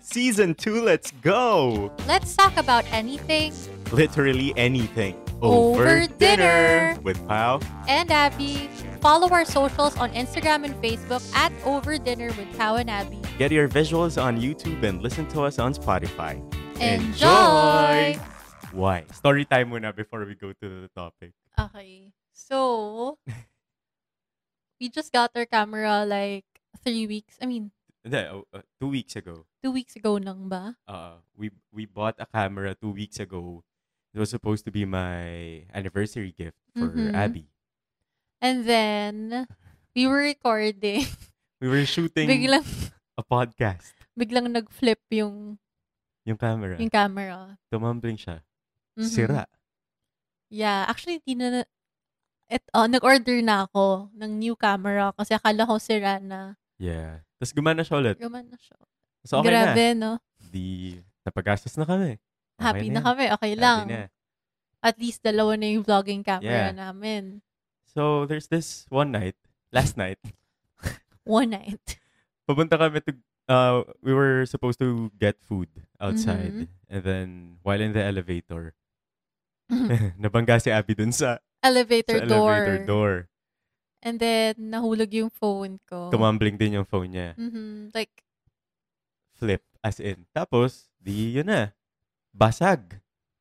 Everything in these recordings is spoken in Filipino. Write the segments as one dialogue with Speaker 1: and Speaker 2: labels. Speaker 1: Season 2, let's go!
Speaker 2: Let's talk about anything
Speaker 1: Literally anything.
Speaker 2: Over dinner.
Speaker 1: With Pal.
Speaker 2: and Abby. Follow our socials on Instagram and Facebook at Over Dinner with Cow and Abby.
Speaker 1: Get your visuals on YouTube and listen to us on Spotify.
Speaker 2: Enjoy!
Speaker 1: Why? Story time muna before we go to the topic.
Speaker 2: Okay. So, we just got our camera like three weeks. I mean,
Speaker 1: Hindi, oh, uh, two weeks ago,
Speaker 2: two weeks ago nang ba?
Speaker 1: uh, we we bought a camera two weeks ago. It was supposed to be my anniversary gift for
Speaker 2: Mhm.
Speaker 1: Abby.
Speaker 2: And then, we were recording.
Speaker 1: We were shooting
Speaker 2: biglang,
Speaker 1: a podcast.
Speaker 2: biglang nag-flip yung,
Speaker 1: Yung camera.
Speaker 2: yung camera.
Speaker 1: Tumambling siya.
Speaker 2: Mhm.
Speaker 1: Sira.
Speaker 2: Yeah, actually, di na, et, oh, nag-order na ako ng new camera kasi akala ko sira na.
Speaker 1: Yeah. Tapos gumana siya ulit.
Speaker 2: Gumana siya.
Speaker 1: So okay
Speaker 2: Grabe,
Speaker 1: na.
Speaker 2: no?
Speaker 1: Di, napagastos na kami. Okay
Speaker 2: Happy
Speaker 1: yun.
Speaker 2: na, kami. Okay
Speaker 1: Happy
Speaker 2: lang.
Speaker 1: na.
Speaker 2: At least dalawa na yung vlogging
Speaker 1: Yeah.
Speaker 2: camera namin.
Speaker 1: So there's this one night, last night,
Speaker 2: One night.
Speaker 1: papunta kami to, uh, we were supposed to get food outside.
Speaker 2: Mm-hmm.
Speaker 1: And then, while in the elevator, nabangga si Abby dun sa,
Speaker 2: elevator,
Speaker 1: sa
Speaker 2: Mm-hmm. door.
Speaker 1: elevator door.
Speaker 2: And then, nahulog yung phone ko.
Speaker 1: Tumambling din yung phone niya.
Speaker 2: Mhm. Like,
Speaker 1: Flip, as in. Tapos, di yun na. Basag.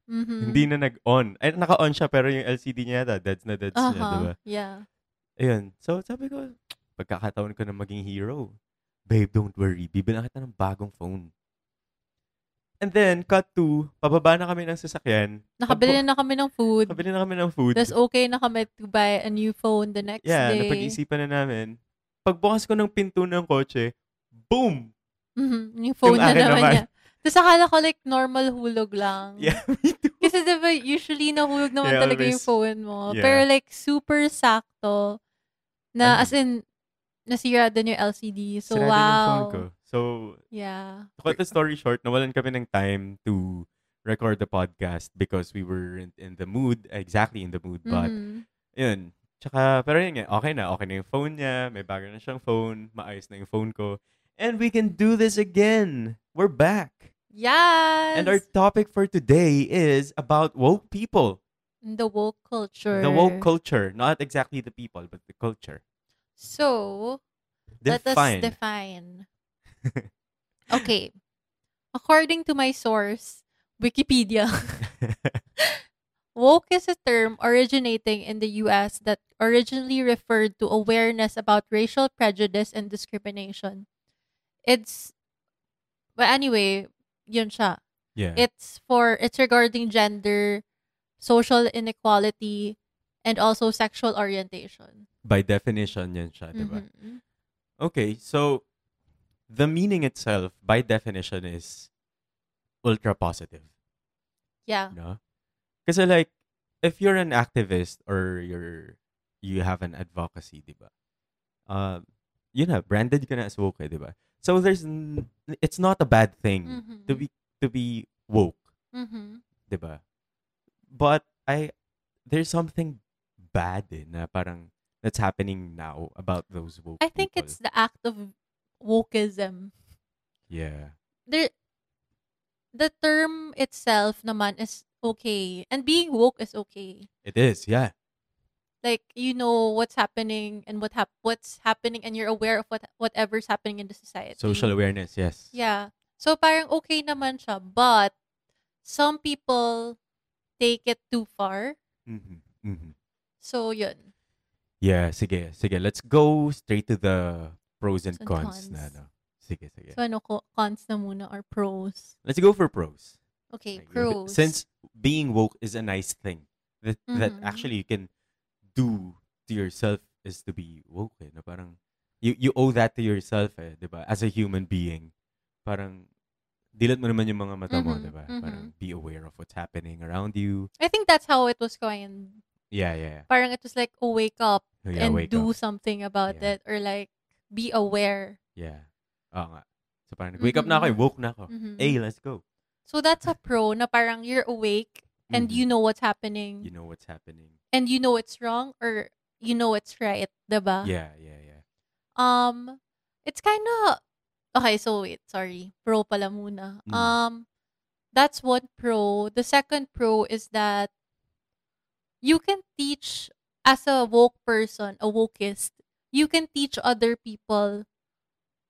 Speaker 2: mhm.
Speaker 1: Hindi na nag-on. Ay, naka-on siya pero yung LCD niya yata, deads na deads niya,
Speaker 2: Uh-huh.
Speaker 1: diba?
Speaker 2: Yeah.
Speaker 1: Ayun. So, sabi ko, pagkakataon ko na maging hero. Babe, don't worry. Bibilang kita ng bagong phone. And then, cut to, pababa na kami ng sasakyan.
Speaker 2: Nakabili
Speaker 1: Pagpo-
Speaker 2: na kami ng food.
Speaker 1: Nakabili na kami ng food.
Speaker 2: Tapos okay na kami to buy a new phone the next
Speaker 1: yeah,
Speaker 2: day.
Speaker 1: napag-isipan na namin. Pagbukas ko ng pinto ng kotse, boom!
Speaker 2: Mhm, Yung phone na
Speaker 1: akin
Speaker 2: naman,
Speaker 1: naman.
Speaker 2: niya. Tapos akala ko like normal hulog lang.
Speaker 1: Yeah, me too.
Speaker 2: Kasi diba usually nahulog naman
Speaker 1: Yeah,
Speaker 2: talaga yung
Speaker 1: always.
Speaker 2: phone mo.
Speaker 1: Yeah.
Speaker 2: Pero like super sakto na
Speaker 1: Ano?
Speaker 2: as in nasira din yung LCD. So
Speaker 1: Sira din
Speaker 2: wow.
Speaker 1: yung phone ko. So,
Speaker 2: Yeah.
Speaker 1: to cut the story short, nawalan kami ng time to record the podcast because we weren't in the mood, exactly in the mood, but
Speaker 2: Mhm.
Speaker 1: Yun. Tsaka, pero yun nga, okay na. Okay na yung phone niya. May bago na siyang phone. Maayos na yung phone ko. And we can do this again. We're back.
Speaker 2: Yes.
Speaker 1: And our topic for today is about woke people.
Speaker 2: the woke culture.
Speaker 1: The woke culture. Not exactly the people, but the culture.
Speaker 2: So, let us
Speaker 1: Define.
Speaker 2: define. okay. According to my source, Wikipedia, Woke is a term originating in the US that originally referred to awareness about racial prejudice and discrimination. It's but anyway, yun siya.
Speaker 1: yeah.
Speaker 2: It's for it's regarding gender, social inequality, and also sexual orientation.
Speaker 1: By definition, yan siya, Ah, diba?
Speaker 2: Mhm.
Speaker 1: Okay, so the meaning itself, by definition, is ultra positive.
Speaker 2: Yeah.
Speaker 1: No? Kasi like, if you're an activist or you're, you have an advocacy, di ba? Uh, yun na, branded ka na as woke, eh, di ba? So there's, n- it's not a bad thing
Speaker 2: Mhm.
Speaker 1: to be, to be woke,
Speaker 2: Mhm.
Speaker 1: di ba? But I, there's something bad eh, na parang, that's happening now about those woke
Speaker 2: I think
Speaker 1: people.
Speaker 2: it's the act of wokeism.
Speaker 1: yeah
Speaker 2: there the term itself naman is okay and being woke is okay
Speaker 1: it is yeah
Speaker 2: like you know what's happening and what hap- what's happening and you're aware of what whatever's happening in the society
Speaker 1: social awareness yes
Speaker 2: yeah so parang okay naman siya but some people take it too far
Speaker 1: Mhm, mhm.
Speaker 2: so yun
Speaker 1: Yeah, sige, sige. Let's go straight to the pros and
Speaker 2: Pros and
Speaker 1: cons, na,
Speaker 2: cons.
Speaker 1: no? Sige, sige.
Speaker 2: so ano ko cons na muna or pros
Speaker 1: Let's go for pros.
Speaker 2: okay
Speaker 1: Like,
Speaker 2: pros
Speaker 1: Since being woke is a nice thing that that
Speaker 2: Mhm.
Speaker 1: actually you can do to yourself is to be woke. Eh, na parang you you owe that to yourself, eh, 'di ba? As a human being, parang dilat mo naman yung mga mata mo,
Speaker 2: Mhm,
Speaker 1: 'di ba?
Speaker 2: mhm.
Speaker 1: Parang be aware of what's happening around you.
Speaker 2: i think that's how it was going
Speaker 1: Yeah, yeah.
Speaker 2: parang it was like oh wake up
Speaker 1: yeah. yeah
Speaker 2: and
Speaker 1: wake
Speaker 2: do
Speaker 1: up.
Speaker 2: something about
Speaker 1: Yeah.
Speaker 2: it or like be aware.
Speaker 1: Yeah. Oo nga. So parang wake up na ako, eh,
Speaker 2: Mhm.
Speaker 1: woke na ako.
Speaker 2: Mhm.
Speaker 1: Hey, let's go.
Speaker 2: So that's a pro na parang you're awake and
Speaker 1: Mhm.
Speaker 2: you know what's happening
Speaker 1: you know what's happening.
Speaker 2: and you know it's wrong or Ah. you know it's right, 'di ba?
Speaker 1: Yeah, yeah, yeah.
Speaker 2: Um it's kind of Okay, so wait, sorry. Pro pala muna.
Speaker 1: Mm.
Speaker 2: Um, that's one pro. The second pro is that you can teach as a woke person, a wokeist, you can teach other people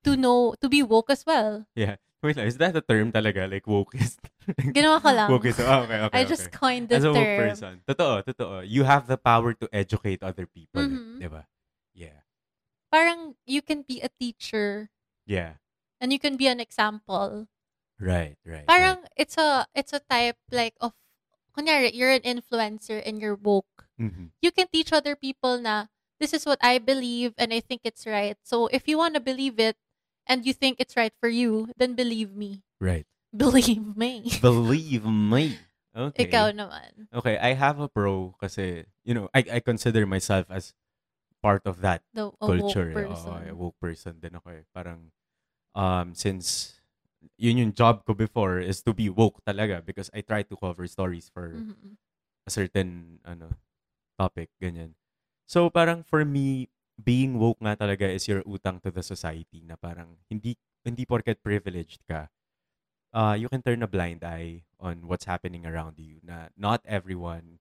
Speaker 2: to know to be woke as well.
Speaker 1: Wait lang, is that a term talaga? Like, wokeist?
Speaker 2: Ginawa ko lang.
Speaker 1: Wokeist. Oh, okay, okay. okay.
Speaker 2: I just coined the
Speaker 1: As a woke
Speaker 2: term.
Speaker 1: person. Totoo, totoo. You have the power to educate other people.
Speaker 2: Mhm.
Speaker 1: Diba? Yeah.
Speaker 2: Parang you can be a teacher
Speaker 1: Yeah.
Speaker 2: and you can be an example.
Speaker 1: Right, right.
Speaker 2: Parang it's a it's a type like of kunyari you're an influencer and you're woke.
Speaker 1: right. Mhm.
Speaker 2: you can teach other people na this is what I believe and I think it's right. So if you want to believe it and you think it's right for you, then believe me.
Speaker 1: Right.
Speaker 2: Believe me.
Speaker 1: Believe me. Okay.
Speaker 2: Ikaw naman.
Speaker 1: Okay, I have a pro kasi, you know, I, I consider myself as part of that
Speaker 2: The a Oh, woke
Speaker 1: culture. eh. Oo,
Speaker 2: person.
Speaker 1: eh, woke person din ako eh. Parang, um, since, yun yung job ko before is to be woke talaga because I try to cover stories for
Speaker 2: Mhm.
Speaker 1: a certain, ano, topic, ganyan. So, parang for me, being woke nga talaga is your utang to the society na parang hindi, hindi porket privileged ka, uh, you can turn a blind eye on what's happening around you na not everyone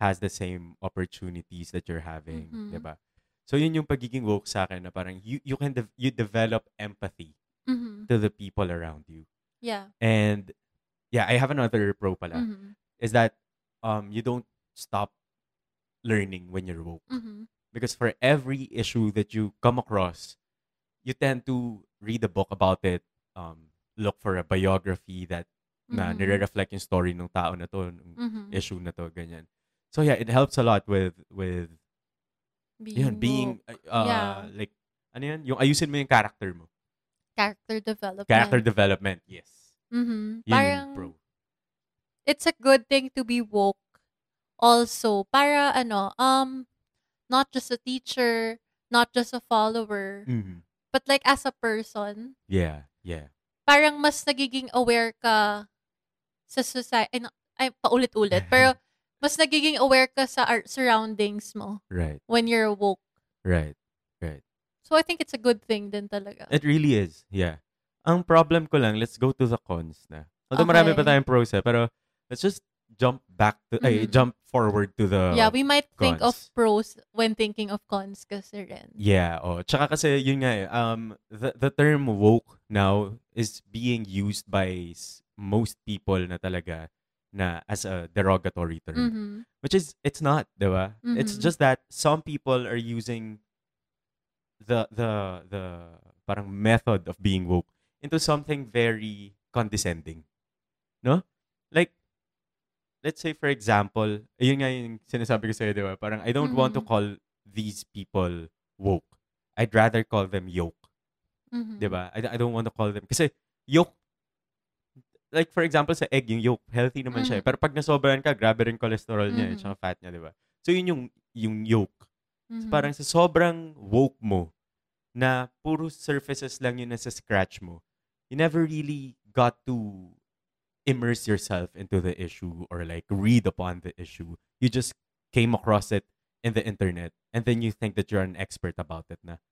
Speaker 1: has the same opportunities that you're having,
Speaker 2: Mhm.
Speaker 1: 'di ba? So yun yung pagiging woke sa akin na parang you you can de- you develop empathy
Speaker 2: Mhm.
Speaker 1: to the people around you.
Speaker 2: Yeah.
Speaker 1: And yeah, I have another pro pala
Speaker 2: Mhm.
Speaker 1: is that um you don't stop learning when you're woke
Speaker 2: Mhm.
Speaker 1: because for every issue that you come across, you tend to read a book about it, um look for a biography that na
Speaker 2: Mhm.
Speaker 1: nire-reflect yung story ng tao na to, ng
Speaker 2: Mhm.
Speaker 1: issue na to, ganyan. So yeah, it helps a lot with with yun,
Speaker 2: Being
Speaker 1: being
Speaker 2: woke.
Speaker 1: uh,
Speaker 2: Yeah.
Speaker 1: like ano yan, yung ayusin mo yung character mo.
Speaker 2: character development.
Speaker 1: Character development. Yes.
Speaker 2: Mhm.
Speaker 1: Yun
Speaker 2: Parang
Speaker 1: yung pro.
Speaker 2: it's a good thing to be woke also para ano um not just a teacher, not just a follower,
Speaker 1: Mhm.
Speaker 2: but like as a person,
Speaker 1: Yeah, yeah.
Speaker 2: parang mas nagiging aware ka sa society. Ay, na- ay, paulit-ulit. Pero mas nagiging aware ka sa our surroundings mo
Speaker 1: Right,
Speaker 2: when you're woke.
Speaker 1: right.
Speaker 2: So I think it's a good thing din talaga.
Speaker 1: It really is. Yeah. Ang problem ko lang, let's go to the cons na. Although marami pa
Speaker 2: Okay.
Speaker 1: tayong pros eh, pero let's just jump back to, ay,
Speaker 2: Mhm.
Speaker 1: jump forward to the
Speaker 2: yeah, we might think
Speaker 1: uh,
Speaker 2: of
Speaker 1: cons.
Speaker 2: pros when thinking of cons kasi rin.
Speaker 1: Yeah, oh. Tsaka kasi yun nga eh, um the the term woke now is being used by s- most people na talaga na as a derogatory term,
Speaker 2: Mhm.
Speaker 1: which is it's not, 'di ba? It's
Speaker 2: Mhm.
Speaker 1: just that some people are using the the the parang method of being woke into something very condescending. No? Like let's say for example, ayun nga yung sinasabi ko sa'yo, di ba? Parang I don't want to
Speaker 2: Mhm.
Speaker 1: call these people woke. I'd rather call them yoke,
Speaker 2: Mhm.
Speaker 1: di ba? Diba? I, I don't want to call them kasi yoke like for example sa egg yung yolk healthy naman siya eh.
Speaker 2: Mhm.
Speaker 1: pero pag nasobrahan ka grabe rin cholesterol niya eh,
Speaker 2: Mhm.
Speaker 1: tsaka fat niya di ba so yun yung yung yolk So,
Speaker 2: Mhm.
Speaker 1: parang sa sobrang woke mo na puro surfaces lang yun nasa scratch mo, you never really got to immerse yourself into the issue or like read upon the issue. You just came across it in the internet and then you think that you're an expert about it na.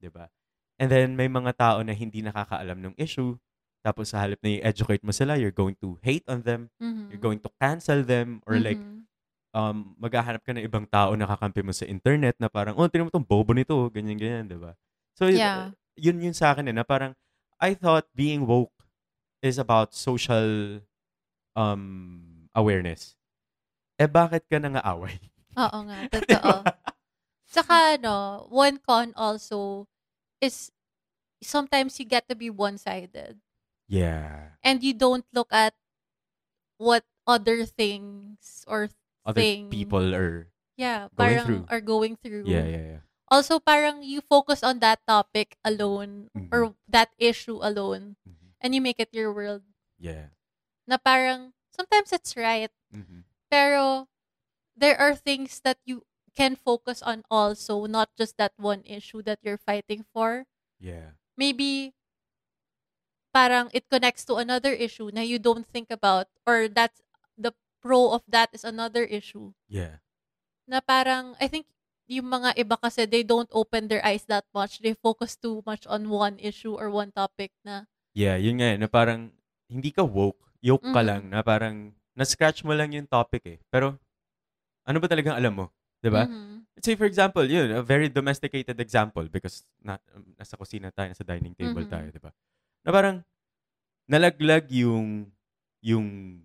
Speaker 1: 'Di ba? And then may mga tao na hindi nakakaalam ng issue tapos sa halip na i-educate mo sila, you're going to hate on them,
Speaker 2: Mhm.
Speaker 1: you're going to cancel them or like
Speaker 2: Mhm.
Speaker 1: um, maghahanap ka ng ibang tao na kakampi mo sa internet na parang, oh, tinan mo tong bobo nito, ganyan-ganyan, di ba? So, y-
Speaker 2: Mm-hmm. Yeah.
Speaker 1: yun yun sa akin eh, na parang, I thought being woke is about social um, awareness. Eh, bakit ka nangaaway?
Speaker 2: Oo nga,
Speaker 1: Di
Speaker 2: Ah, totoo.
Speaker 1: ba?
Speaker 2: Saka ano, one con also is sometimes you get to be one-sided.
Speaker 1: yeah.
Speaker 2: and you don't look at what other things or
Speaker 1: Other
Speaker 2: thing
Speaker 1: people are,
Speaker 2: yeah
Speaker 1: going
Speaker 2: parang
Speaker 1: through.
Speaker 2: are going through
Speaker 1: yeah, yeah, yeah.
Speaker 2: also parang you focus on that topic alone
Speaker 1: Mhm.
Speaker 2: or that issue alone
Speaker 1: Mhm.
Speaker 2: and you make it your world
Speaker 1: Yeah.
Speaker 2: na parang sometimes it's right
Speaker 1: Mhm.
Speaker 2: pero there are things that you can focus on also not just that one issue that you're fighting for
Speaker 1: Yeah.
Speaker 2: maybe parang it connects to another issue na you don't think about or that's the pro of that is another issue
Speaker 1: Yeah.
Speaker 2: na parang I think yung mga iba kasi they don't open their eyes that much. They focus too much on one issue or one topic na
Speaker 1: Yeah, yun nga eh, na parang hindi ka woke, yoke ka
Speaker 2: Mhm.
Speaker 1: lang na parang na-scratch mo lang yung topic eh. Pero ano ba talagang alam mo? 'Di ba?
Speaker 2: Mhm.
Speaker 1: Say for example, yun, a very domesticated example because na, um, nasa kusina tayo, nasa dining table
Speaker 2: Mhm.
Speaker 1: tayo, 'di ba? Na parang nalaglag yung yung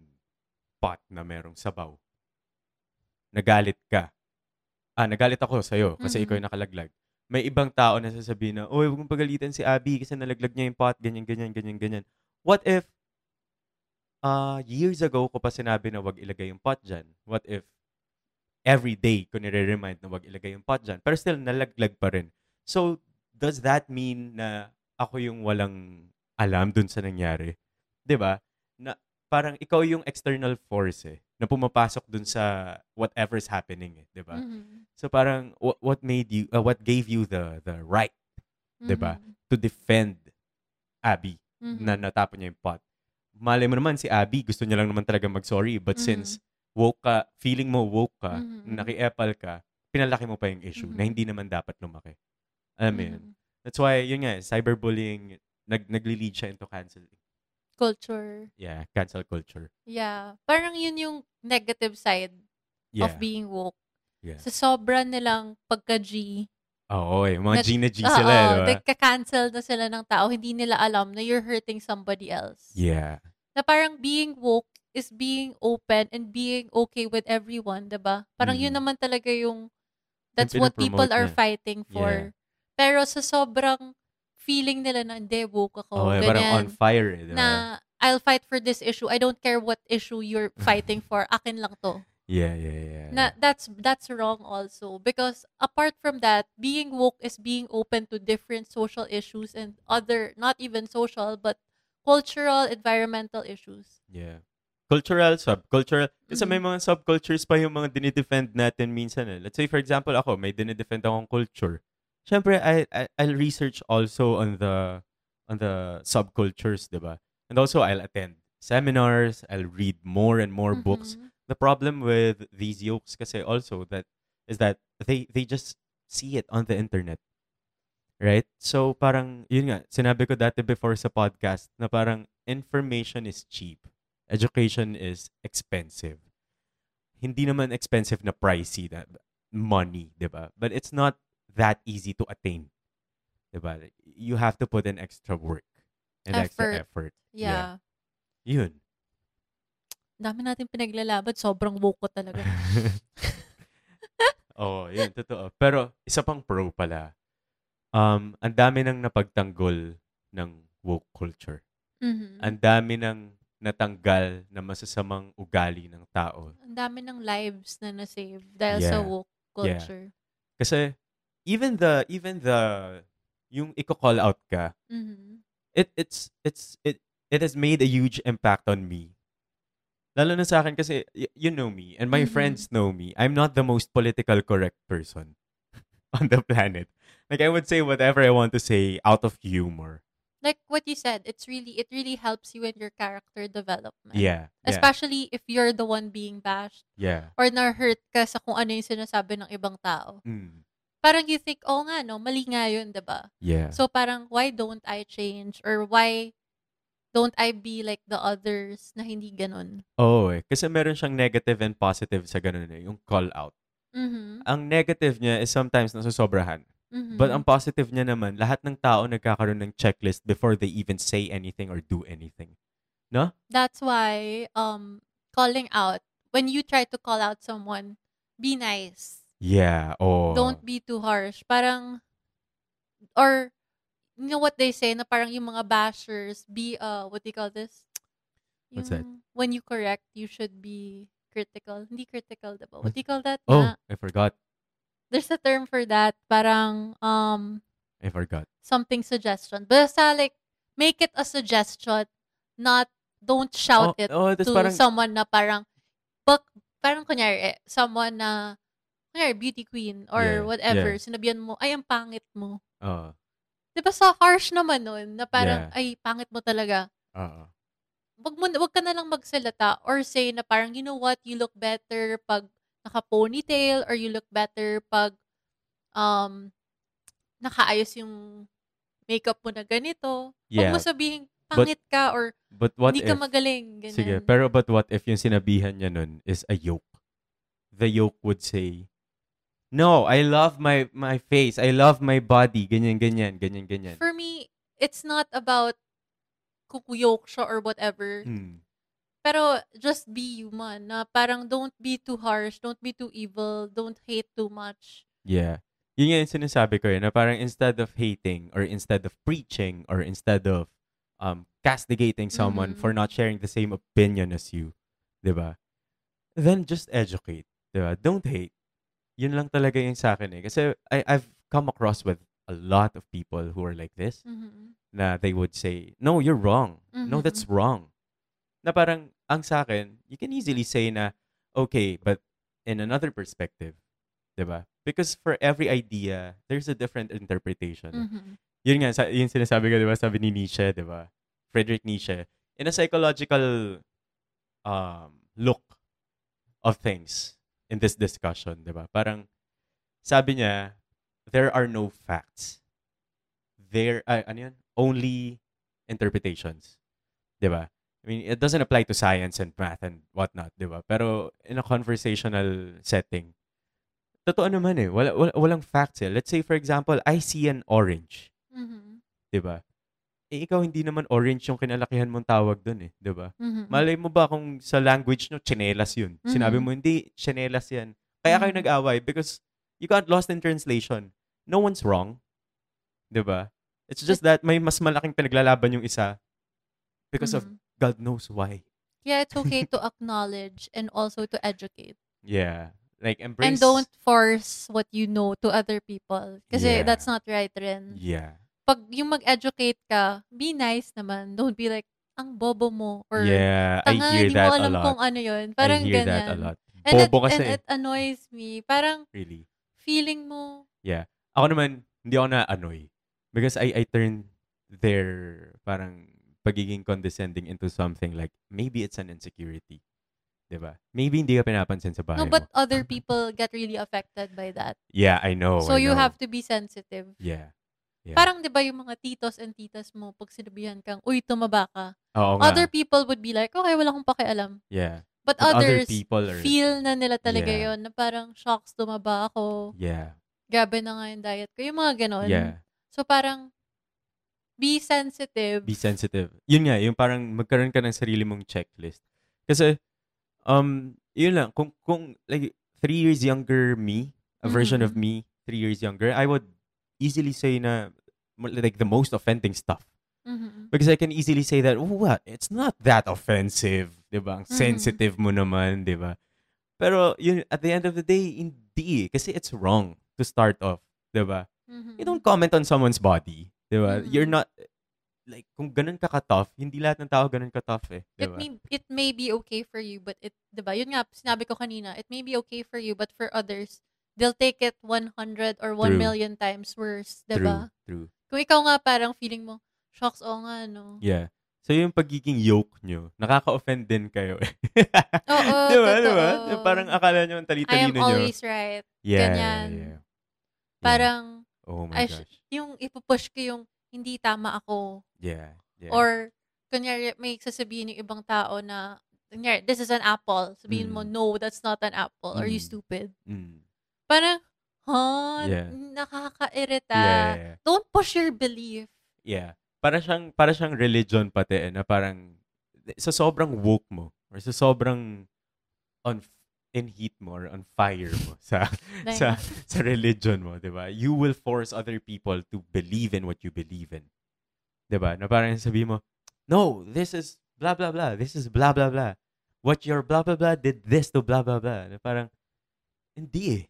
Speaker 1: pot na merong sabaw. Nagalit ka. Ah, nagalit ako sa'yo kasi
Speaker 2: Mhm.
Speaker 1: ikaw yung nakalaglag. May ibang tao na sasabihin na, Uy, huwag mong pagalitan si Abby kasi nalaglag niya yung pot, ganyan, ganyan, ganyan, ganyan. What if ah years ago ko pa sinabi na wag ilagay yung pot dyan? What if every day ko nire-remind na wag ilagay yung pot dyan? Pero still, nalaglag pa rin. So, does that mean na ako yung walang alam dun sa nangyari? 'Di ba? Na parang ikaw yung external force eh, na pumapasok dun sa whatever's happening eh, 'di ba?
Speaker 2: Mhm.
Speaker 1: So parang what, what made you uh, what gave you the the right Diba?
Speaker 2: Mhm.
Speaker 1: to defend Abby
Speaker 2: Mhm.
Speaker 1: na natapon niya yung pot. Malay mo naman si Abby, gusto niya lang naman talaga mag-sorry. But
Speaker 2: Mhm.
Speaker 1: since woke ka, feeling mo woke ka,
Speaker 2: Mhm.
Speaker 1: naki-epal ka, pinalaki mo pa yung issue na
Speaker 2: Mhm.
Speaker 1: hindi naman dapat lumaki. Alam mo yun?
Speaker 2: Mhm.
Speaker 1: That's why, yun nga, cyberbullying, nag, nagli-lead siya into cancel.
Speaker 2: Culture.
Speaker 1: Yeah, cancel culture.
Speaker 2: Yeah. Parang yun yung negative side
Speaker 1: Yeah.
Speaker 2: of being woke.
Speaker 1: yeah.
Speaker 2: Sa sobra nilang pagka-G,
Speaker 1: Oo, eh. Mga
Speaker 2: Nag-
Speaker 1: Gina G
Speaker 2: Oo,
Speaker 1: sila, eh, di ba?
Speaker 2: nagka-cancel na sila ng tao, hindi nila alam na you're hurting somebody else.
Speaker 1: Yeah.
Speaker 2: Na parang being woke is being open and being okay with everyone, 'di ba? Parang yun
Speaker 1: Mm.
Speaker 2: naman talaga yung that's
Speaker 1: Yung
Speaker 2: what people
Speaker 1: pinapromote
Speaker 2: are
Speaker 1: niya.
Speaker 2: fighting for. Pero sa sobrang feeling nila na hindi woke
Speaker 1: Oo, eh,
Speaker 2: ako,
Speaker 1: parang on
Speaker 2: Oh, ganyan,
Speaker 1: fire, eh, di ba?
Speaker 2: na I'll fight for this issue. I don't care what issue you're fighting for. Akin lang 'to.
Speaker 1: yeah, yeah, yeah.
Speaker 2: na that's that's wrong also because apart from that being woke is being open to different social issues and other not even social but cultural environmental issues
Speaker 1: Yeah. Cultural, subcultural. Kasi may
Speaker 2: Mm-hmm.
Speaker 1: mga subcultures pa yung mga dinidefend natin minsan. Eh. Let's say, for example, ako, may dinidefend akong culture. Siyempre, I, I, I'll research also on the on the subcultures, di ba? And also, I'll attend seminars, I'll read more and more books.
Speaker 2: Mhm.
Speaker 1: The problem with these yokes kasi also that is that they they just see it on the internet. Right? So, parang, yun nga, sinabi ko dati before sa podcast na parang information is cheap education is expensive. Hindi naman expensive na pricey na money, 'di ba? But it's not that easy to attain. 'Di ba? You have to put in extra work and extra effort.
Speaker 2: Effort. yeah,
Speaker 1: Yun.
Speaker 2: dami natin pinaglalaban sobrang woke ko talaga
Speaker 1: oh, yun totoo. Pero isa pang pro pala. Um, ang dami nang napagtanggol ng woke culture.
Speaker 2: Mhm.
Speaker 1: Ang dami nang natanggal na masasamang ugali ng tao
Speaker 2: ang dami ng lives na na-save dahil sa
Speaker 1: Yeah.
Speaker 2: woke culture
Speaker 1: Kasi even the even the yung iko-call out ka,
Speaker 2: Mhm.
Speaker 1: it it's it's it it has made a huge impact on me. Lalo na sa akin kasi y- you know me and my
Speaker 2: Mhm.
Speaker 1: friends know me. I'm not the most political correct person on the planet. Like I would say whatever I want to say out of humor.
Speaker 2: like what you said it's really it really helps you in your character development
Speaker 1: Yeah. Yeah.
Speaker 2: especially if you're the one being bashed
Speaker 1: yeah.
Speaker 2: or na-hurt ka sa kung ano yung sinasabi ng ibang tao.
Speaker 1: Mm.
Speaker 2: Parang you think, oh nga, no, mali nga yun, 'di ba?
Speaker 1: Yeah.
Speaker 2: So parang, why don't I change? Or why don't I be like the others na hindi ganun?
Speaker 1: Oo eh. Kasi meron siyang negative and positive sa ganun eh, yung call out.
Speaker 2: Mhm.
Speaker 1: Ang negative niya is sometimes nasusobrahan.
Speaker 2: mhm.
Speaker 1: But um, ang positive niya naman, lahat ng tao nagkakaroon ng checklist before they even say anything or do anything.
Speaker 2: That's why um calling out, when you try to call out someone, be nice.
Speaker 1: Yeah, oh.
Speaker 2: Don't be too harsh. Parang, or, you know what they say na parang yung mga bashers, be, uh, what do you call this?
Speaker 1: What's that?
Speaker 2: Yung When you correct, you should be critical. Hindi critical, diba? What
Speaker 1: What?
Speaker 2: do you call that?
Speaker 1: Oh,
Speaker 2: Na-
Speaker 1: I forgot.
Speaker 2: there's a term for that. Parang, um,
Speaker 1: I forgot.
Speaker 2: something suggestion. Basta like, make it a suggestion, not, don't
Speaker 1: oh,
Speaker 2: shout it
Speaker 1: oh,
Speaker 2: to
Speaker 1: tas parang,
Speaker 2: someone na parang, but, parang kunyari, eh, someone na, kunyari, beauty queen or
Speaker 1: Yeah,
Speaker 2: whatever,
Speaker 1: yeah.
Speaker 2: sinabihan mo, ay, ang pangit mo.
Speaker 1: oh,
Speaker 2: Di ba sa harsh naman nun, na parang,
Speaker 1: Yeah.
Speaker 2: ay, pangit mo talaga.
Speaker 1: oh,
Speaker 2: Wag, mo, wag ka na lang magsalata or say na parang, you know what, you look better pag naka-ponytail or you look better pag um, nakaayos yung makeup mo na ganito. Huwag
Speaker 1: Yeah.
Speaker 2: mo sabihin,
Speaker 1: But
Speaker 2: pangit ka or
Speaker 1: But what
Speaker 2: hindi
Speaker 1: if
Speaker 2: ka magaling. Ganyan.
Speaker 1: Sige, pero but what if yung sinabihan niya nun is a yoke? The yoke would say, No, I love my my face. I love my body. Ganyan, ganyan, ganyan, ganyan.
Speaker 2: For me, it's not about kukuyok siya or whatever.
Speaker 1: Hmm.
Speaker 2: Pero just be human na parang don't be too harsh, don't be too evil, don't hate too much.
Speaker 1: Yeah. Yun nga yung sinasabi ko eh, na parang instead of hating or instead of preaching or instead of um, castigating someone
Speaker 2: Mhm.
Speaker 1: for not sharing the same opinion as you, di ba? Then just educate, di ba? Don't hate. Yun lang talaga yung sa akin eh. Kasi I, I've come across with a lot of people who are like this.
Speaker 2: Mhm.
Speaker 1: na they would say, no, you're wrong. No, that's wrong. Na parang, ang sa akin, you can easily say na, okay, but in another perspective, 'di ba? Because for every idea, there's a different interpretation.
Speaker 2: Mhm.
Speaker 1: Yun nga, sa, yun sinasabi ko, 'di ba? Sabi ni Nietzsche, 'di ba? Friedrich Nietzsche. In a psychological um, look of things in this discussion, 'di ba? Parang sabi niya, there are no facts. There ay, ano yun? Only interpretations. 'Di ba? I mean, it doesn't apply to science and math and whatnot, 'di ba? Pero in a conversational setting, totoo naman eh. Wala, wala, walang facts eh. Let's say, for example, I see an orange.
Speaker 2: Mhm.
Speaker 1: 'di ba? Eh, ikaw hindi naman orange yung kinalakihan mong tawag doon eh, 'di ba?
Speaker 2: Mhm.
Speaker 1: Malay mo ba kung sa language nyo, chinelas yun? Sinabi
Speaker 2: Mhm.
Speaker 1: mo, hindi, chinelas yan. Kaya kayo
Speaker 2: Mhm.
Speaker 1: nag-away because you got lost in translation. No one's wrong. 'di ba? It's just that may mas malaking pinaglalaban yung isa because of
Speaker 2: Mhm.
Speaker 1: God knows why.
Speaker 2: Yeah, it's okay to acknowledge and also to educate.
Speaker 1: Yeah. Like, embrace.
Speaker 2: And don't force what you know to other people. Kasi
Speaker 1: Yeah.
Speaker 2: that's not right rin.
Speaker 1: Yeah.
Speaker 2: Pag yung mag-educate ka, be nice naman. Don't be like, ang bobo mo. Or,
Speaker 1: yeah, I
Speaker 2: tanga,
Speaker 1: hear
Speaker 2: di mo
Speaker 1: that a
Speaker 2: alam
Speaker 1: lot.
Speaker 2: kung ano yun.
Speaker 1: I
Speaker 2: Parang
Speaker 1: hear
Speaker 2: ganyan.
Speaker 1: that a lot.
Speaker 2: And, it,
Speaker 1: Bobo kasi. eh.
Speaker 2: and it annoys me. Parang
Speaker 1: really.
Speaker 2: feeling mo,
Speaker 1: ako naman, hindi ako na-annoy. Because I, I turned their parang pagiging condescending into something like, maybe it's an insecurity. 'Di ba? Maybe hindi ka pinapansin sa bahay
Speaker 2: no, but
Speaker 1: mo.
Speaker 2: other people get really affected by that.
Speaker 1: Yeah, I know.
Speaker 2: so
Speaker 1: Oh, I
Speaker 2: you
Speaker 1: know.
Speaker 2: have to be sensitive.
Speaker 1: Yeah. Yeah.
Speaker 2: Parang 'di ba yung mga titos and titas mo pag sinabihan kang, "Uy, tumaba ka."
Speaker 1: Oo nga.
Speaker 2: Other people would be like, "Okay, wala akong pakialam."
Speaker 1: Yeah.
Speaker 2: But,
Speaker 1: But other
Speaker 2: others
Speaker 1: people are-
Speaker 2: feel na nila talaga
Speaker 1: Yeah.
Speaker 2: yon na parang shocks tumaba ako.
Speaker 1: Yeah.
Speaker 2: Grabe na nga yung diet ko. Yung mga ganon.
Speaker 1: Yeah.
Speaker 2: So parang be sensitive.
Speaker 1: Be sensitive. Yun nga, yung parang magkaroon ka ng sarili mong checklist. Kasi, um, yun lang, kung, kung like, three years younger me, a version of
Speaker 2: Mhm.
Speaker 1: me, three years younger, I would easily say na, mo- like, the most offending stuff.
Speaker 2: Mhm.
Speaker 1: Because I can easily say that, "Oh, what? It's not that offensive. Di ba? Ang
Speaker 2: Mhm.
Speaker 1: sensitive mo naman, di ba? Pero, yun, at the end of the day, hindi. Kasi it's wrong to start off, di ba?
Speaker 2: Mhm.
Speaker 1: you don't comment on someone's body. Di ba?
Speaker 2: Mhm.
Speaker 1: You're not, like, kung ganun ka ka-tough, hindi lahat ng tao ganun ka-tough eh. Di
Speaker 2: It
Speaker 1: ba?
Speaker 2: may it may be okay for you but it 'di ba? Yun nga sinabi ko kanina, it may be okay for you but for others, they'll take it 100 or 1
Speaker 1: True.
Speaker 2: million times worse, 'di
Speaker 1: True,
Speaker 2: ba?
Speaker 1: true.
Speaker 2: Kung ikaw nga parang feeling mo, shocks, oo nga, no?
Speaker 1: Yeah. So, yung pagiging yoke nyo, nakaka-offend din kayo eh.
Speaker 2: Oo,
Speaker 1: Di ba? Di ba?
Speaker 2: totoo.
Speaker 1: Parang akala nyo ang
Speaker 2: I am
Speaker 1: tali-talino nyo.
Speaker 2: always right.
Speaker 1: yeah,
Speaker 2: ganyan.
Speaker 1: Yeah, yeah.
Speaker 2: Parang,
Speaker 1: Oh my
Speaker 2: I
Speaker 1: gosh.
Speaker 2: sh- yung ipupush ko yung, hindi tama ako.
Speaker 1: yeah, yeah.
Speaker 2: Or, kunyari, may sasabihin yung ibang tao na, kunyari, this is an apple. Sabihin mo,
Speaker 1: Mm.
Speaker 2: no, that's not an apple. Or you
Speaker 1: Mm.
Speaker 2: stupid.
Speaker 1: Mm.
Speaker 2: Parang, huh?
Speaker 1: Yeah.
Speaker 2: Nakakairita.
Speaker 1: yeah, yeah, yeah.
Speaker 2: Don't push your belief.
Speaker 1: Yeah. Para siyang para siyang religion pati eh, na parang sa sobrang woke mo or sa sobrang on in heat mo or on fire mo sa
Speaker 2: Dahil
Speaker 1: sa
Speaker 2: nga.
Speaker 1: sa religion mo, 'di ba? You will force other people to believe in what you believe in. 'Di ba? Na parang sabi mo, "No, this is blah blah blah. This is blah blah blah. What your blah blah blah did this to blah blah blah." Na parang hindi eh.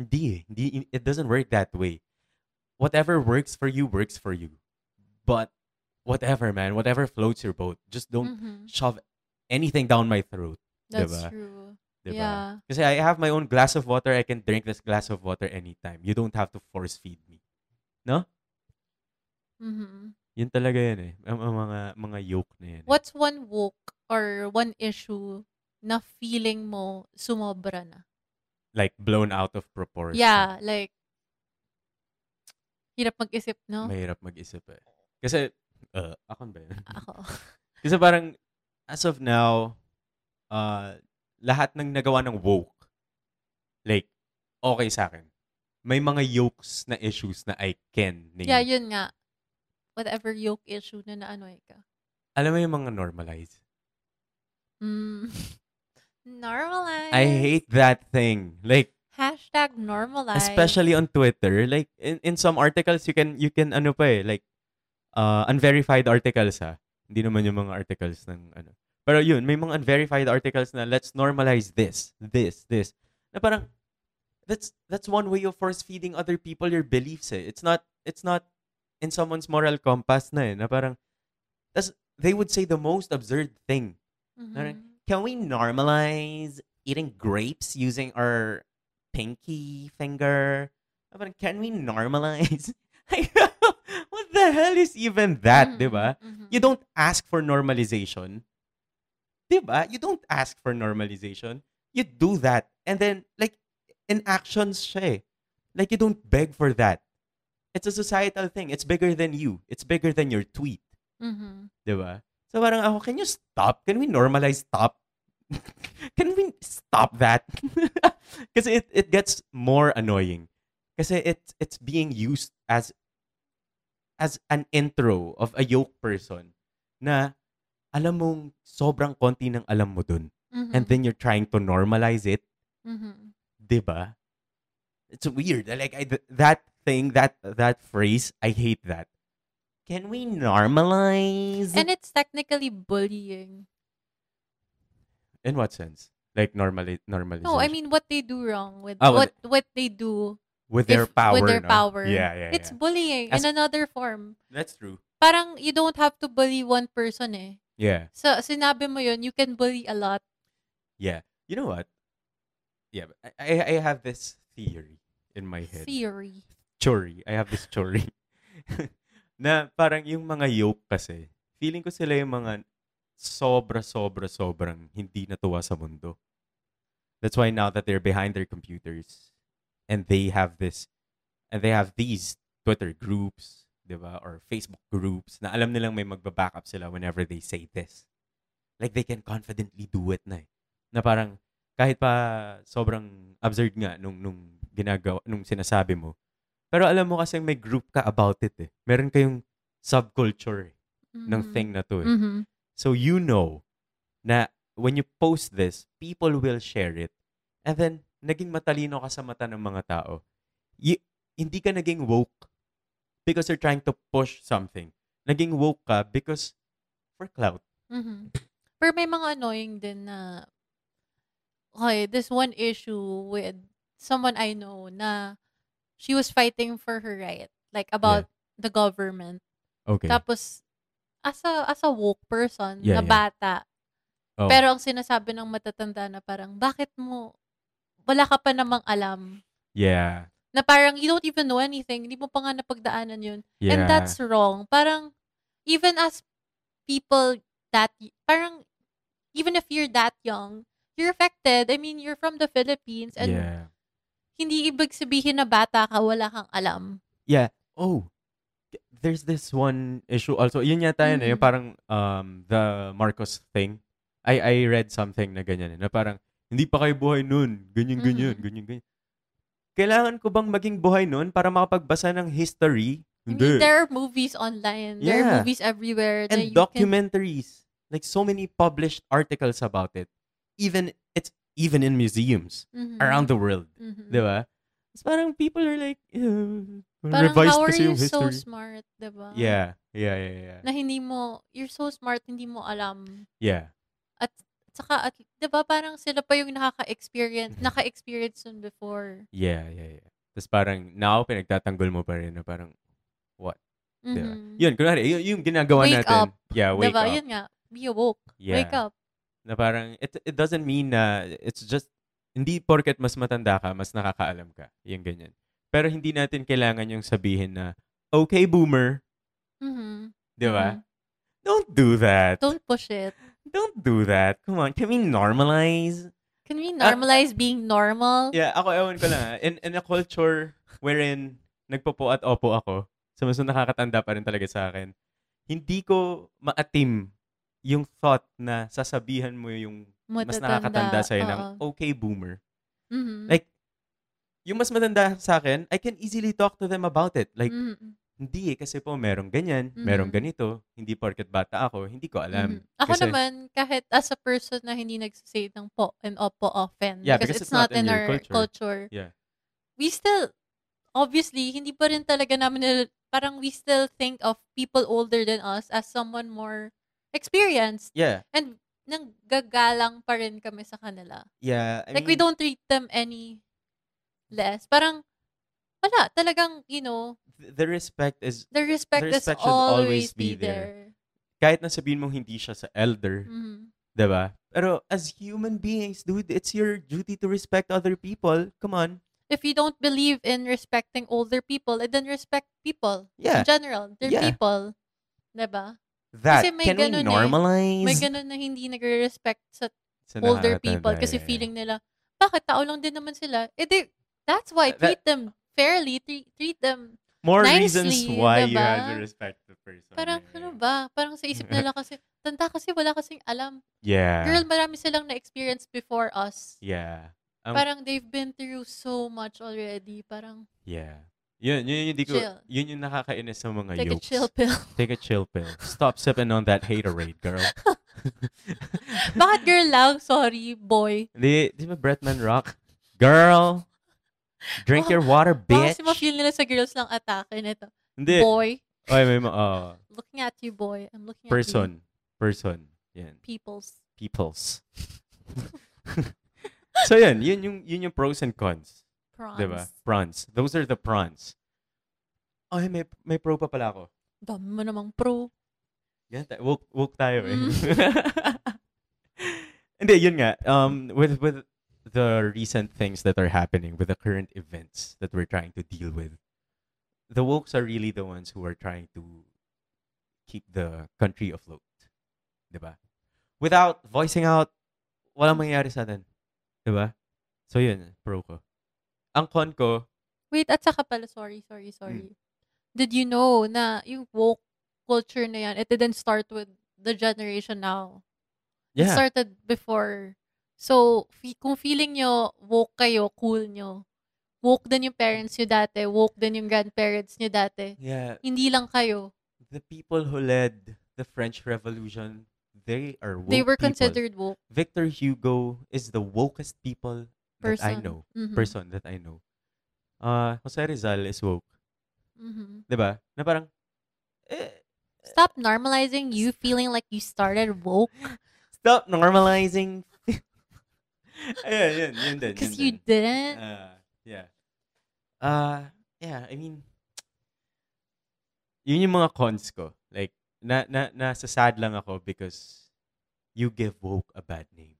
Speaker 1: Hindi eh. Hindi, it doesn't work that way. Whatever works for you works for you. But whatever, man, whatever floats your boat, just don't
Speaker 2: Mhm.
Speaker 1: shove anything down my throat.
Speaker 2: That's
Speaker 1: Diba?
Speaker 2: true.
Speaker 1: Diba?
Speaker 2: Yeah.
Speaker 1: Kasi I have my own glass of water. I can drink this glass of water anytime. You don't have to force feed me.
Speaker 2: Mhm.
Speaker 1: Yun talaga yun eh. Ang, ang mga, mga yoke na yun. eh.
Speaker 2: What's one woke or one issue na feeling mo sumobra na?
Speaker 1: Like blown out of proportion.
Speaker 2: Yeah, like Hirap mag-isip, no?
Speaker 1: Mahirap mag-isip eh. Kasi, uh, akon ba yun?
Speaker 2: Ako.
Speaker 1: Kasi parang, as of now, uh, lahat ng nagawa ng woke, like, okay sa akin. May mga yokes na issues na I can name.
Speaker 2: Yeah, yun nga. Whatever yoke issue na naanoy ka.
Speaker 1: Alam mo yung mga normalize?
Speaker 2: Mm. normalize.
Speaker 1: I hate that thing. Like,
Speaker 2: Hashtag normalize.
Speaker 1: especially on Twitter, like, in, in some articles, you can, you can, ano pa eh, like, uh, unverified articles ha. Hindi naman yung mga articles ng, ano. Pero yun, may mga unverified articles na, let's normalize this, this, this. Na parang, that's, that's one way of force feeding other people your beliefs eh. It's not, it's not in someone's moral compass na eh, na parang, that's, they would say the most absurd thing
Speaker 2: Mhm.
Speaker 1: Alright. can we normalize eating grapes using our pinky finger? Ah, Parang, can we normalize? Like, what the hell is even that,
Speaker 2: Mhm,
Speaker 1: di ba?
Speaker 2: mhm.
Speaker 1: You don't ask for normalization. Di ba? You don't ask for normalization. You do that. And then, like, in actions siya eh. Like, you don't beg for that. It's a societal thing. It's bigger than you. It's bigger than your tweet.
Speaker 2: Mhm.
Speaker 1: Di ba? So parang ako, can you stop? Can we normalize stop? can we stop that? Kasi it, it gets more annoying. Kasi it, it's being used as as an intro of a yoke person na alam mong sobrang konti ng alam mo dun.
Speaker 2: Mhm.
Speaker 1: And then you're trying to normalize it,
Speaker 2: Mhm.
Speaker 1: di ba? It's weird. Like, I, that thing, that that phrase, I hate that. Can we normalize?
Speaker 2: And it's technically bullying.
Speaker 1: In what sense? Like normally, normalization.
Speaker 2: No, I mean what they do wrong with
Speaker 1: Ah,
Speaker 2: what
Speaker 1: well-
Speaker 2: what they do
Speaker 1: with their
Speaker 2: if-
Speaker 1: power.
Speaker 2: With their
Speaker 1: no?
Speaker 2: power.
Speaker 1: Yeah, yeah,
Speaker 2: It's
Speaker 1: yeah.
Speaker 2: bullying
Speaker 1: As-
Speaker 2: in another form.
Speaker 1: That's true.
Speaker 2: Parang you don't have to bully one person eh.
Speaker 1: Yeah,
Speaker 2: So sinabi mo yun, you can bully a lot.
Speaker 1: yeah. You know what? Yeah, but I, I, I have this theory in my head.
Speaker 2: Theory.
Speaker 1: Theory. I have this theory. na parang yung mga yoke kasi, feeling ko sila yung mga sobra, sobra, sobrang hindi natuwa sa mundo. That's why now that they're behind their computers and they have this and they have these Twitter groups, 'di ba, or Facebook groups na alam nilang may magba-backup sila whenever they say this. Like they can confidently do it na. Eh. Na parang kahit pa sobrang absurd nga nung nung ginagawa nung sinasabi mo. Pero alam mo kasi may group ka about it eh. Meron kayong subculture eh, ng
Speaker 2: Mhm.
Speaker 1: thing na to eh.
Speaker 2: Mhm.
Speaker 1: So you know na when you post this, people will share it. And then, naging matalino ka sa mata ng mga tao. Y- hindi ka naging woke because you're trying to push something. Naging woke ka because for clout.
Speaker 2: Mhm. Pero may mga annoying din na okay, this one issue with someone I know na she was fighting for her right, like about the government.
Speaker 1: Okay.
Speaker 2: Tapos as a as a woke person
Speaker 1: Yeah,
Speaker 2: na
Speaker 1: yeah.
Speaker 2: bata.
Speaker 1: Oh.
Speaker 2: Pero ang sinasabi ng matatanda na parang bakit mo wala ka pa namang alam
Speaker 1: yeah.
Speaker 2: na parang you don't even know anything, hindi mo pa nga napagdaanan 'yun.
Speaker 1: Yeah.
Speaker 2: And that's wrong. Parang, even as people that, y- parang, even if you're that young, you're affected. I mean, you're from the Philippines and
Speaker 1: yeah.
Speaker 2: hindi ibig sabihin na bata ka, wala kang alam.
Speaker 1: Yeah. Oh. There's this one issue also. Yun yata yun eh,
Speaker 2: Mm.
Speaker 1: yung parang um, the Marcos thing. I I read something na ganyan eh, na parang hindi pa kayo buhay nun. Ganyan, ganyan,
Speaker 2: Mhm.
Speaker 1: ganyan, ganyan. Kailangan ko bang maging buhay nun para makapagbasa ng history?
Speaker 2: I mean, there are movies online. There are
Speaker 1: Yeah.
Speaker 2: movies everywhere. na
Speaker 1: and
Speaker 2: you can-
Speaker 1: documentaries like so many published articles about it even it's even in museums
Speaker 2: Mhm.
Speaker 1: around the world
Speaker 2: Mhm.
Speaker 1: di ba it's parang people are like "Ew,
Speaker 2: Parang,
Speaker 1: revised
Speaker 2: how are
Speaker 1: kasi
Speaker 2: you
Speaker 1: yung
Speaker 2: so
Speaker 1: history
Speaker 2: smart, diba?
Speaker 1: yeah yeah yeah yeah
Speaker 2: Na hindi mo, you're so smart, hindi mo alam.
Speaker 1: yeah
Speaker 2: At saka, at, diba parang sila pa yung nakaka-experience,
Speaker 1: Mm-hmm.
Speaker 2: naka-experience nun before.
Speaker 1: yeah yeah yeah tapos parang now pinagtatanggol mo pa rin na parang di ba
Speaker 2: Mhm.
Speaker 1: yun kunwari yun, yung ginagawa
Speaker 2: Wake
Speaker 1: natin
Speaker 2: up.
Speaker 1: yeah wake
Speaker 2: diba?
Speaker 1: up
Speaker 2: Yun nga. Be awoke. Wake
Speaker 1: Yeah.
Speaker 2: up.
Speaker 1: na parang it it doesn't mean na it's just hindi porket mas matanda ka, mas nakakaalam ka. Yung ganyan. Pero hindi natin kailangan yung sabihin na okay boomer,
Speaker 2: Mhm.
Speaker 1: 'di ba?
Speaker 2: Mhm.
Speaker 1: Don't do that.
Speaker 2: Don't push it.
Speaker 1: Don't do that. Come on, can we normalize? Ah,
Speaker 2: Can we normalize being normal?
Speaker 1: Yeah, ako ewan ko lang. ah. In in a culture wherein nagpopo at opo ako, sa mas nakakatanda pa rin talaga sa akin, hindi ko maatim yung thought na sasabihan mo yung mas nakakatanda sa'yo ng, okay, boomer.
Speaker 2: mm
Speaker 1: Like, yung mas matanda sa akin, I can easily talk to them about it. Like,
Speaker 2: Mm. Mm-hmm.
Speaker 1: hindi eh, kasi po merong ganyan, merong
Speaker 2: Mhm.
Speaker 1: ganito, hindi porket bata ako, hindi ko alam.
Speaker 2: Mm-hmm. Ako
Speaker 1: Kasi-
Speaker 2: naman, kahit as a person na hindi nagsasay ng po and opo often.
Speaker 1: Yeah,
Speaker 2: because, it's, not, in,
Speaker 1: your
Speaker 2: our
Speaker 1: culture.
Speaker 2: culture.
Speaker 1: Yeah.
Speaker 2: We still, obviously, hindi pa rin talaga namin, nil- parang we still think of people older than us as someone more experienced.
Speaker 1: Yeah,
Speaker 2: And nang gagalang pa rin kami sa kanila.
Speaker 1: yeah. I
Speaker 2: like, we
Speaker 1: mean,
Speaker 2: don't treat them any less. Parang, wala, talagang, you know,
Speaker 1: th- the respect is,
Speaker 2: the respect,
Speaker 1: The respect
Speaker 2: is
Speaker 1: should
Speaker 2: always,
Speaker 1: always be
Speaker 2: be there.
Speaker 1: kahit na sabihin mo hindi siya sa elder,
Speaker 2: Mhm.
Speaker 1: 'di ba? Pero as human beings, dude, it's your duty to respect other people. Come on.
Speaker 2: If you don't believe in respecting older people, eh, then respect people
Speaker 1: Yeah.
Speaker 2: in general. They're
Speaker 1: Yeah.
Speaker 2: people. Diba?
Speaker 1: That,
Speaker 2: Kasi may
Speaker 1: can we
Speaker 2: ganun eh.
Speaker 1: normalize?
Speaker 2: May ganun na hindi nagre-respect sa
Speaker 1: Sa
Speaker 2: older
Speaker 1: nakakatanda,
Speaker 2: people kasi
Speaker 1: yeah, yeah.
Speaker 2: feeling nila, bakit tao lang din naman sila? Eh, they, that's why
Speaker 1: That-
Speaker 2: treat them fairly, treat, treat them.
Speaker 1: More
Speaker 2: nicely,
Speaker 1: reasons why you
Speaker 2: diba?
Speaker 1: have to respect the person. eh.
Speaker 2: Parang
Speaker 1: yeah,
Speaker 2: ano
Speaker 1: yeah.
Speaker 2: ba? Parang sa isip nila kasi, tanda kasi wala kasing alam.
Speaker 1: Yeah.
Speaker 2: Girl, marami silang na-experience before us.
Speaker 1: Yeah. Um,
Speaker 2: parang they've been through so much already. Parang
Speaker 1: Yeah. Yun, yun yung hindi ko,
Speaker 2: Chill.
Speaker 1: yun yung nakakainis sa mga
Speaker 2: take
Speaker 1: yokes.
Speaker 2: a chill pill.
Speaker 1: Take a chill pill. Stop sipping on that haterade, girl.
Speaker 2: Bakit girl lang? Sorry, boy.
Speaker 1: Di, di ba Bretman Rock? Girl, drink your water,
Speaker 2: Baka
Speaker 1: bitch.
Speaker 2: Kasi ma-feel nila sa girls lang atake nito.
Speaker 1: Hindi.
Speaker 2: Boy,
Speaker 1: Oy, may ma- oh,
Speaker 2: looking at you, boy. I'm looking at you.
Speaker 1: person. Person. Yan.
Speaker 2: Peoples.
Speaker 1: Peoples. so yan, yun yung, yun yung pros and cons.
Speaker 2: Prawns.
Speaker 1: Di ba? Prawns. Those are the prawns. Ay, may, may pro pa pala ako.
Speaker 2: Dami mo namang pro.
Speaker 1: Yan, ta- woke, woke tayo eh.
Speaker 2: Mm.
Speaker 1: Hindi, yun nga. Um, with, with the recent things that are happening, with the current events that we're trying to deal with, the wokes are really the ones who are trying to keep the country afloat. Diba? Without voicing out, walang mangyayari sa atin. Diba? So yun, pro ko. Ang con ko,
Speaker 2: Wait, at saka pala, sorry, sorry,
Speaker 1: Hmm.
Speaker 2: sorry. Did you know na yung woke culture na yan, it didn't start with the generation now. It
Speaker 1: yeah.
Speaker 2: started before. So, fe- kung feeling nyo, woke kayo, cool nyo. Woke din yung parents nyo dati. Woke din yung grandparents nyo dati.
Speaker 1: yeah,
Speaker 2: Hindi lang kayo.
Speaker 1: the people who led the French Revolution, they are woke
Speaker 2: They were
Speaker 1: people.
Speaker 2: considered woke
Speaker 1: Victor Hugo is the wokest people
Speaker 2: person.
Speaker 1: that I know.
Speaker 2: Mhm.
Speaker 1: Person that I know. Uh, Jose Rizal is woke.
Speaker 2: Mhm.
Speaker 1: 'Di ba? Na parang, eh,
Speaker 2: Stop normalizing you feeling like you started woke
Speaker 1: stop normalizing. Ayan, yun, yun din.
Speaker 2: because
Speaker 1: yun
Speaker 2: you
Speaker 1: din.
Speaker 2: didn't.
Speaker 1: Uh, yeah. Uh, yeah, I mean, yun yung mga cons ko. Like, na, na, nasa sad lang ako because you give woke a bad name.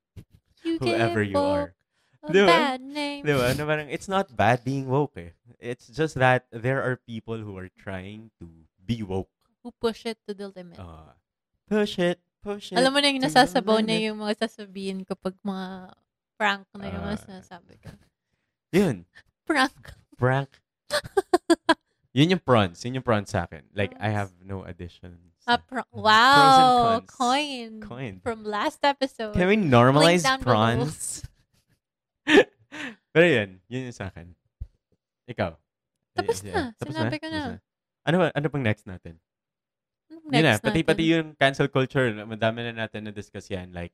Speaker 2: You
Speaker 1: Whoever
Speaker 2: gave
Speaker 1: you are.
Speaker 2: woke A
Speaker 1: Di ba?
Speaker 2: bad name.
Speaker 1: Di ba? Ano? Na parang, it's not bad being woke eh. It's just that there are people who are trying to be woke.
Speaker 2: Who push it to the limit.
Speaker 1: Uh, push it, push it.
Speaker 2: Alam mo na
Speaker 1: to
Speaker 2: yung
Speaker 1: the
Speaker 2: nasasabaw na
Speaker 1: limit.
Speaker 2: yung mga sasabihin ko pag mga prank na yung mga
Speaker 1: Ah.
Speaker 2: sinasabi ko.
Speaker 1: Yun,
Speaker 2: Prank.
Speaker 1: prank. yun yung prawns. Yun yung prawns sa akin. Like, I
Speaker 2: Prawns.
Speaker 1: have no additions.
Speaker 2: Ah, pra- wow.
Speaker 1: cons.
Speaker 2: Coin.
Speaker 1: Coin.
Speaker 2: From last episode.
Speaker 1: Can we normalize
Speaker 2: down below.
Speaker 1: prawns? Pero yun, yun yung sa akin. Ikaw. Eh,
Speaker 2: Tapos na. Sinabi ko
Speaker 1: Tapos
Speaker 2: na.
Speaker 1: Ano, ba- ano pang next natin?
Speaker 2: Anong
Speaker 1: yun na,
Speaker 2: next
Speaker 1: pati,
Speaker 2: natin?
Speaker 1: pati yung cancel culture, madami na natin na-discuss yan. Like,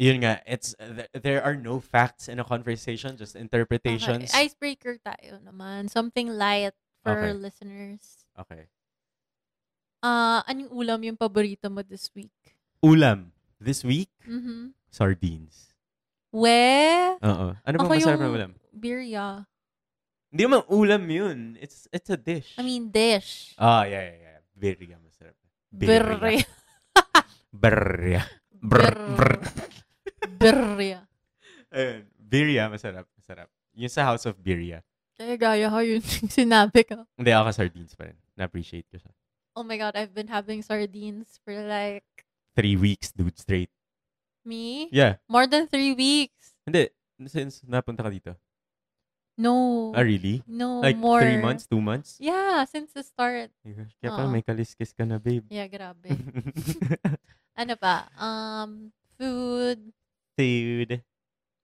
Speaker 1: yun nga, it's, th- there are no facts in a conversation, just
Speaker 2: Okay,
Speaker 1: interpretations.
Speaker 2: Icebreaker tayo naman. Something light for
Speaker 1: Okay.
Speaker 2: our listeners.
Speaker 1: Okay.
Speaker 2: Ah, anong ulam yung paborito mo this week?
Speaker 1: Ulam. This week, Mm-hmm.
Speaker 2: Mhm.
Speaker 1: sardines.
Speaker 2: We,
Speaker 1: Oo. Ano bang
Speaker 2: Ako
Speaker 1: masarap na
Speaker 2: yung-
Speaker 1: ulam?
Speaker 2: birria.
Speaker 1: Hindi naman ulam yun. It's, it's a dish.
Speaker 2: I mean, dish.
Speaker 1: Ah, yeah, yeah, yeah. Birria masarap.
Speaker 2: Birria.
Speaker 1: Birria. Brr, brr.
Speaker 2: Birria. Birria.
Speaker 1: Ayun. Birria, masarap. Masarap. Yung sa House of Birria.
Speaker 2: Kaya gaya ko yun yung sinabi ko.
Speaker 1: Hindi, ako sardines pa rin. Na-appreciate ko siya.
Speaker 2: Oh my God, I've been having sardines for like,
Speaker 1: Three weeks, dude, straight.
Speaker 2: me?
Speaker 1: Yeah.
Speaker 2: More than three weeks.
Speaker 1: Hindi. Since napunta ka dito.
Speaker 2: No.
Speaker 1: Ah, really?
Speaker 2: No
Speaker 1: Like
Speaker 2: Oh. more.
Speaker 1: three months, two months?
Speaker 2: Yeah, since the start.
Speaker 1: Kaya pala
Speaker 2: Oo.
Speaker 1: may kaliskis ka na, babe.
Speaker 2: Yeah, grabe. ano ba? Um, food.
Speaker 1: Dude.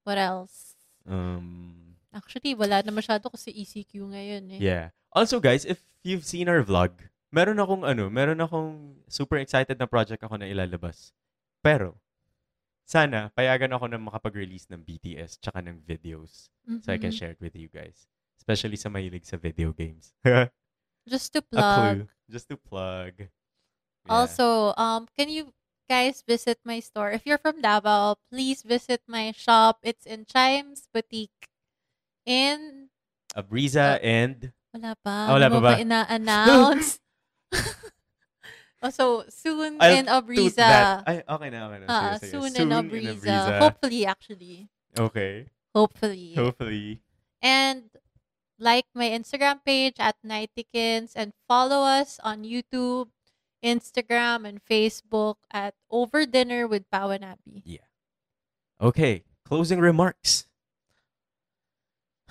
Speaker 2: What else?
Speaker 1: Um,
Speaker 2: Actually, wala na masyado kasi ECQ ngayon eh.
Speaker 1: yeah. Also, guys, if you've seen our vlog, meron akong ano, meron akong super excited na project ako na ilalabas. Pero, sana, payagan ako na makapag-release ng BTS tsaka ng videos so I can
Speaker 2: Mhm.
Speaker 1: share it with you guys. Especially sa mahilig sa video games.
Speaker 2: Just to
Speaker 1: A
Speaker 2: plug.
Speaker 1: clue. Just to plug. Yeah.
Speaker 2: Also, um, can you guys visit my store? If you're from Davao, please visit my shop. It's in Chimes Boutique. In
Speaker 1: Abriza
Speaker 2: uh,
Speaker 1: and
Speaker 2: wala pa.
Speaker 1: Ah, wala
Speaker 2: Di mo
Speaker 1: pa ba?
Speaker 2: ina-announce? also, soon
Speaker 1: I'll
Speaker 2: in
Speaker 1: Toot that.
Speaker 2: Abriza.
Speaker 1: Ay, okay na, okay na. Sige,
Speaker 2: Ah,
Speaker 1: sige.
Speaker 2: soon, in Abriza.
Speaker 1: uh,
Speaker 2: Hopefully, actually.
Speaker 1: Okay.
Speaker 2: Hopefully.
Speaker 1: Hopefully.
Speaker 2: And like my Instagram page at Nightikins and follow us on YouTube, Instagram, and Facebook at Over Dinner with Pao and Abby.
Speaker 1: Okay. Closing remarks.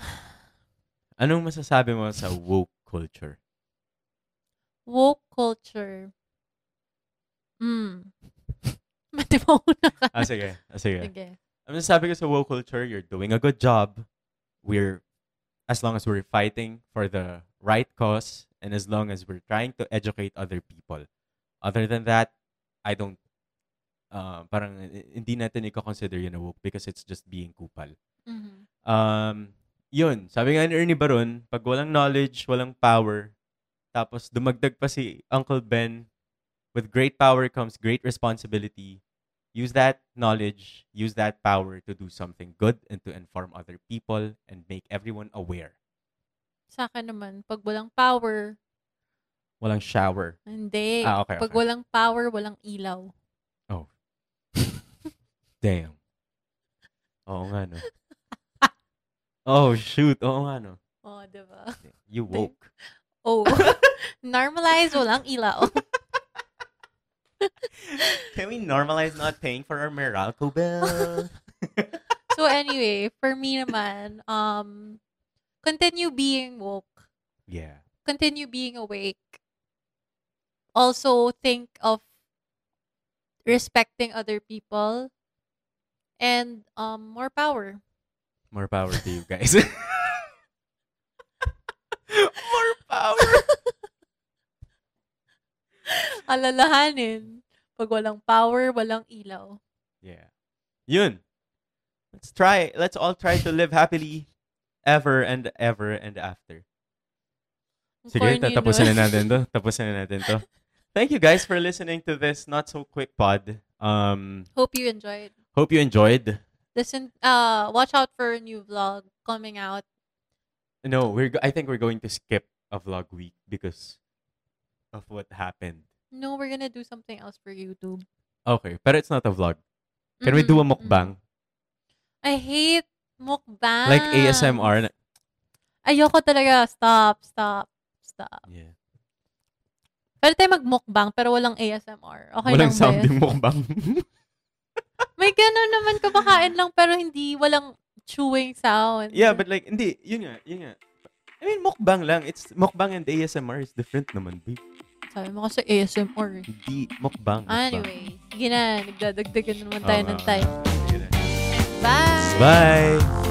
Speaker 1: Anong masasabi mo sa woke culture?
Speaker 2: Woke culture. Mm. Mati mo una ka.
Speaker 1: Ah, sige. Ah, sige.
Speaker 2: Sige.
Speaker 1: Ang masasabi ko sa woke culture, you're doing a good job. We're, as long as we're fighting for the right cause and as long as we're trying to educate other people. Other than that, I don't, uh, parang eh, hindi natin i-consider yun a woke because it's just being kupal.
Speaker 2: Mhm.
Speaker 1: Um, yun, sabi nga ni Ernie Baron, pag walang knowledge, walang power, tapos dumagdag pa si Uncle Ben, with great power comes great responsibility. Use that knowledge, use that power to do something good and to inform other people and make everyone aware.
Speaker 2: Sa akin naman, pag walang power,
Speaker 1: Walang shower.
Speaker 2: hindi.
Speaker 1: Ah, okay,
Speaker 2: Eh, Pag
Speaker 1: okay.
Speaker 2: walang power, walang ilaw.
Speaker 1: Damn. Oo nga, no? Oh, shoot. Oo nga, no?
Speaker 2: Oh, di ba?
Speaker 1: You woke.
Speaker 2: Oh. Normalize walang ilaw.
Speaker 1: Can we normalize not paying for our Meralco bill?
Speaker 2: So anyway, for me naman, um, continue being woke.
Speaker 1: yeah.
Speaker 2: Continue being awake. Also, think of respecting other people and um, more power.
Speaker 1: More power to you guys. More power.
Speaker 2: Alalahanin. Pag walang power, walang ilaw.
Speaker 1: Yeah. Yun. Let's try. Let's all try to live happily ever and ever and after.
Speaker 2: Ang
Speaker 1: Sige,
Speaker 2: corny
Speaker 1: tatapusin
Speaker 2: nun.
Speaker 1: na natin to. Tapusin na natin to. Thank you guys for listening to this not so quick pod. Um,
Speaker 2: Hope you enjoyed.
Speaker 1: hope you enjoyed.
Speaker 2: Listen, uh, watch out for a new vlog coming out.
Speaker 1: No, we're. go- I think we're going to skip a vlog week because of what happened.
Speaker 2: No, we're gonna do something else for YouTube.
Speaker 1: Okay, but it's not a vlog. Can we do a mukbang?
Speaker 2: I hate mukbang.
Speaker 1: Like ASMR. na-
Speaker 2: Ayoko talaga. Stop, stop, stop.
Speaker 1: Yeah.
Speaker 2: Pwede tayo magmukbang pero walang ASMR. Okay
Speaker 1: Walang
Speaker 2: lang ba
Speaker 1: sound
Speaker 2: yun?
Speaker 1: yung mukbang.
Speaker 2: May ganun naman kumakain lang pero hindi walang chewing sound.
Speaker 1: yeah, but like, hindi, yun nga, yun nga. I mean, mukbang lang. It's mukbang and ASMR is different naman, babe.
Speaker 2: Sabi mo kasi ASMR. eh.
Speaker 1: Hindi, mukbang. mukbang.
Speaker 2: Anyway, Ah. sige na. Nagdadagdagan naman tayo
Speaker 1: Oo,
Speaker 2: ng
Speaker 1: oo,
Speaker 2: time.
Speaker 1: Sige na.
Speaker 2: Bye!
Speaker 1: Bye!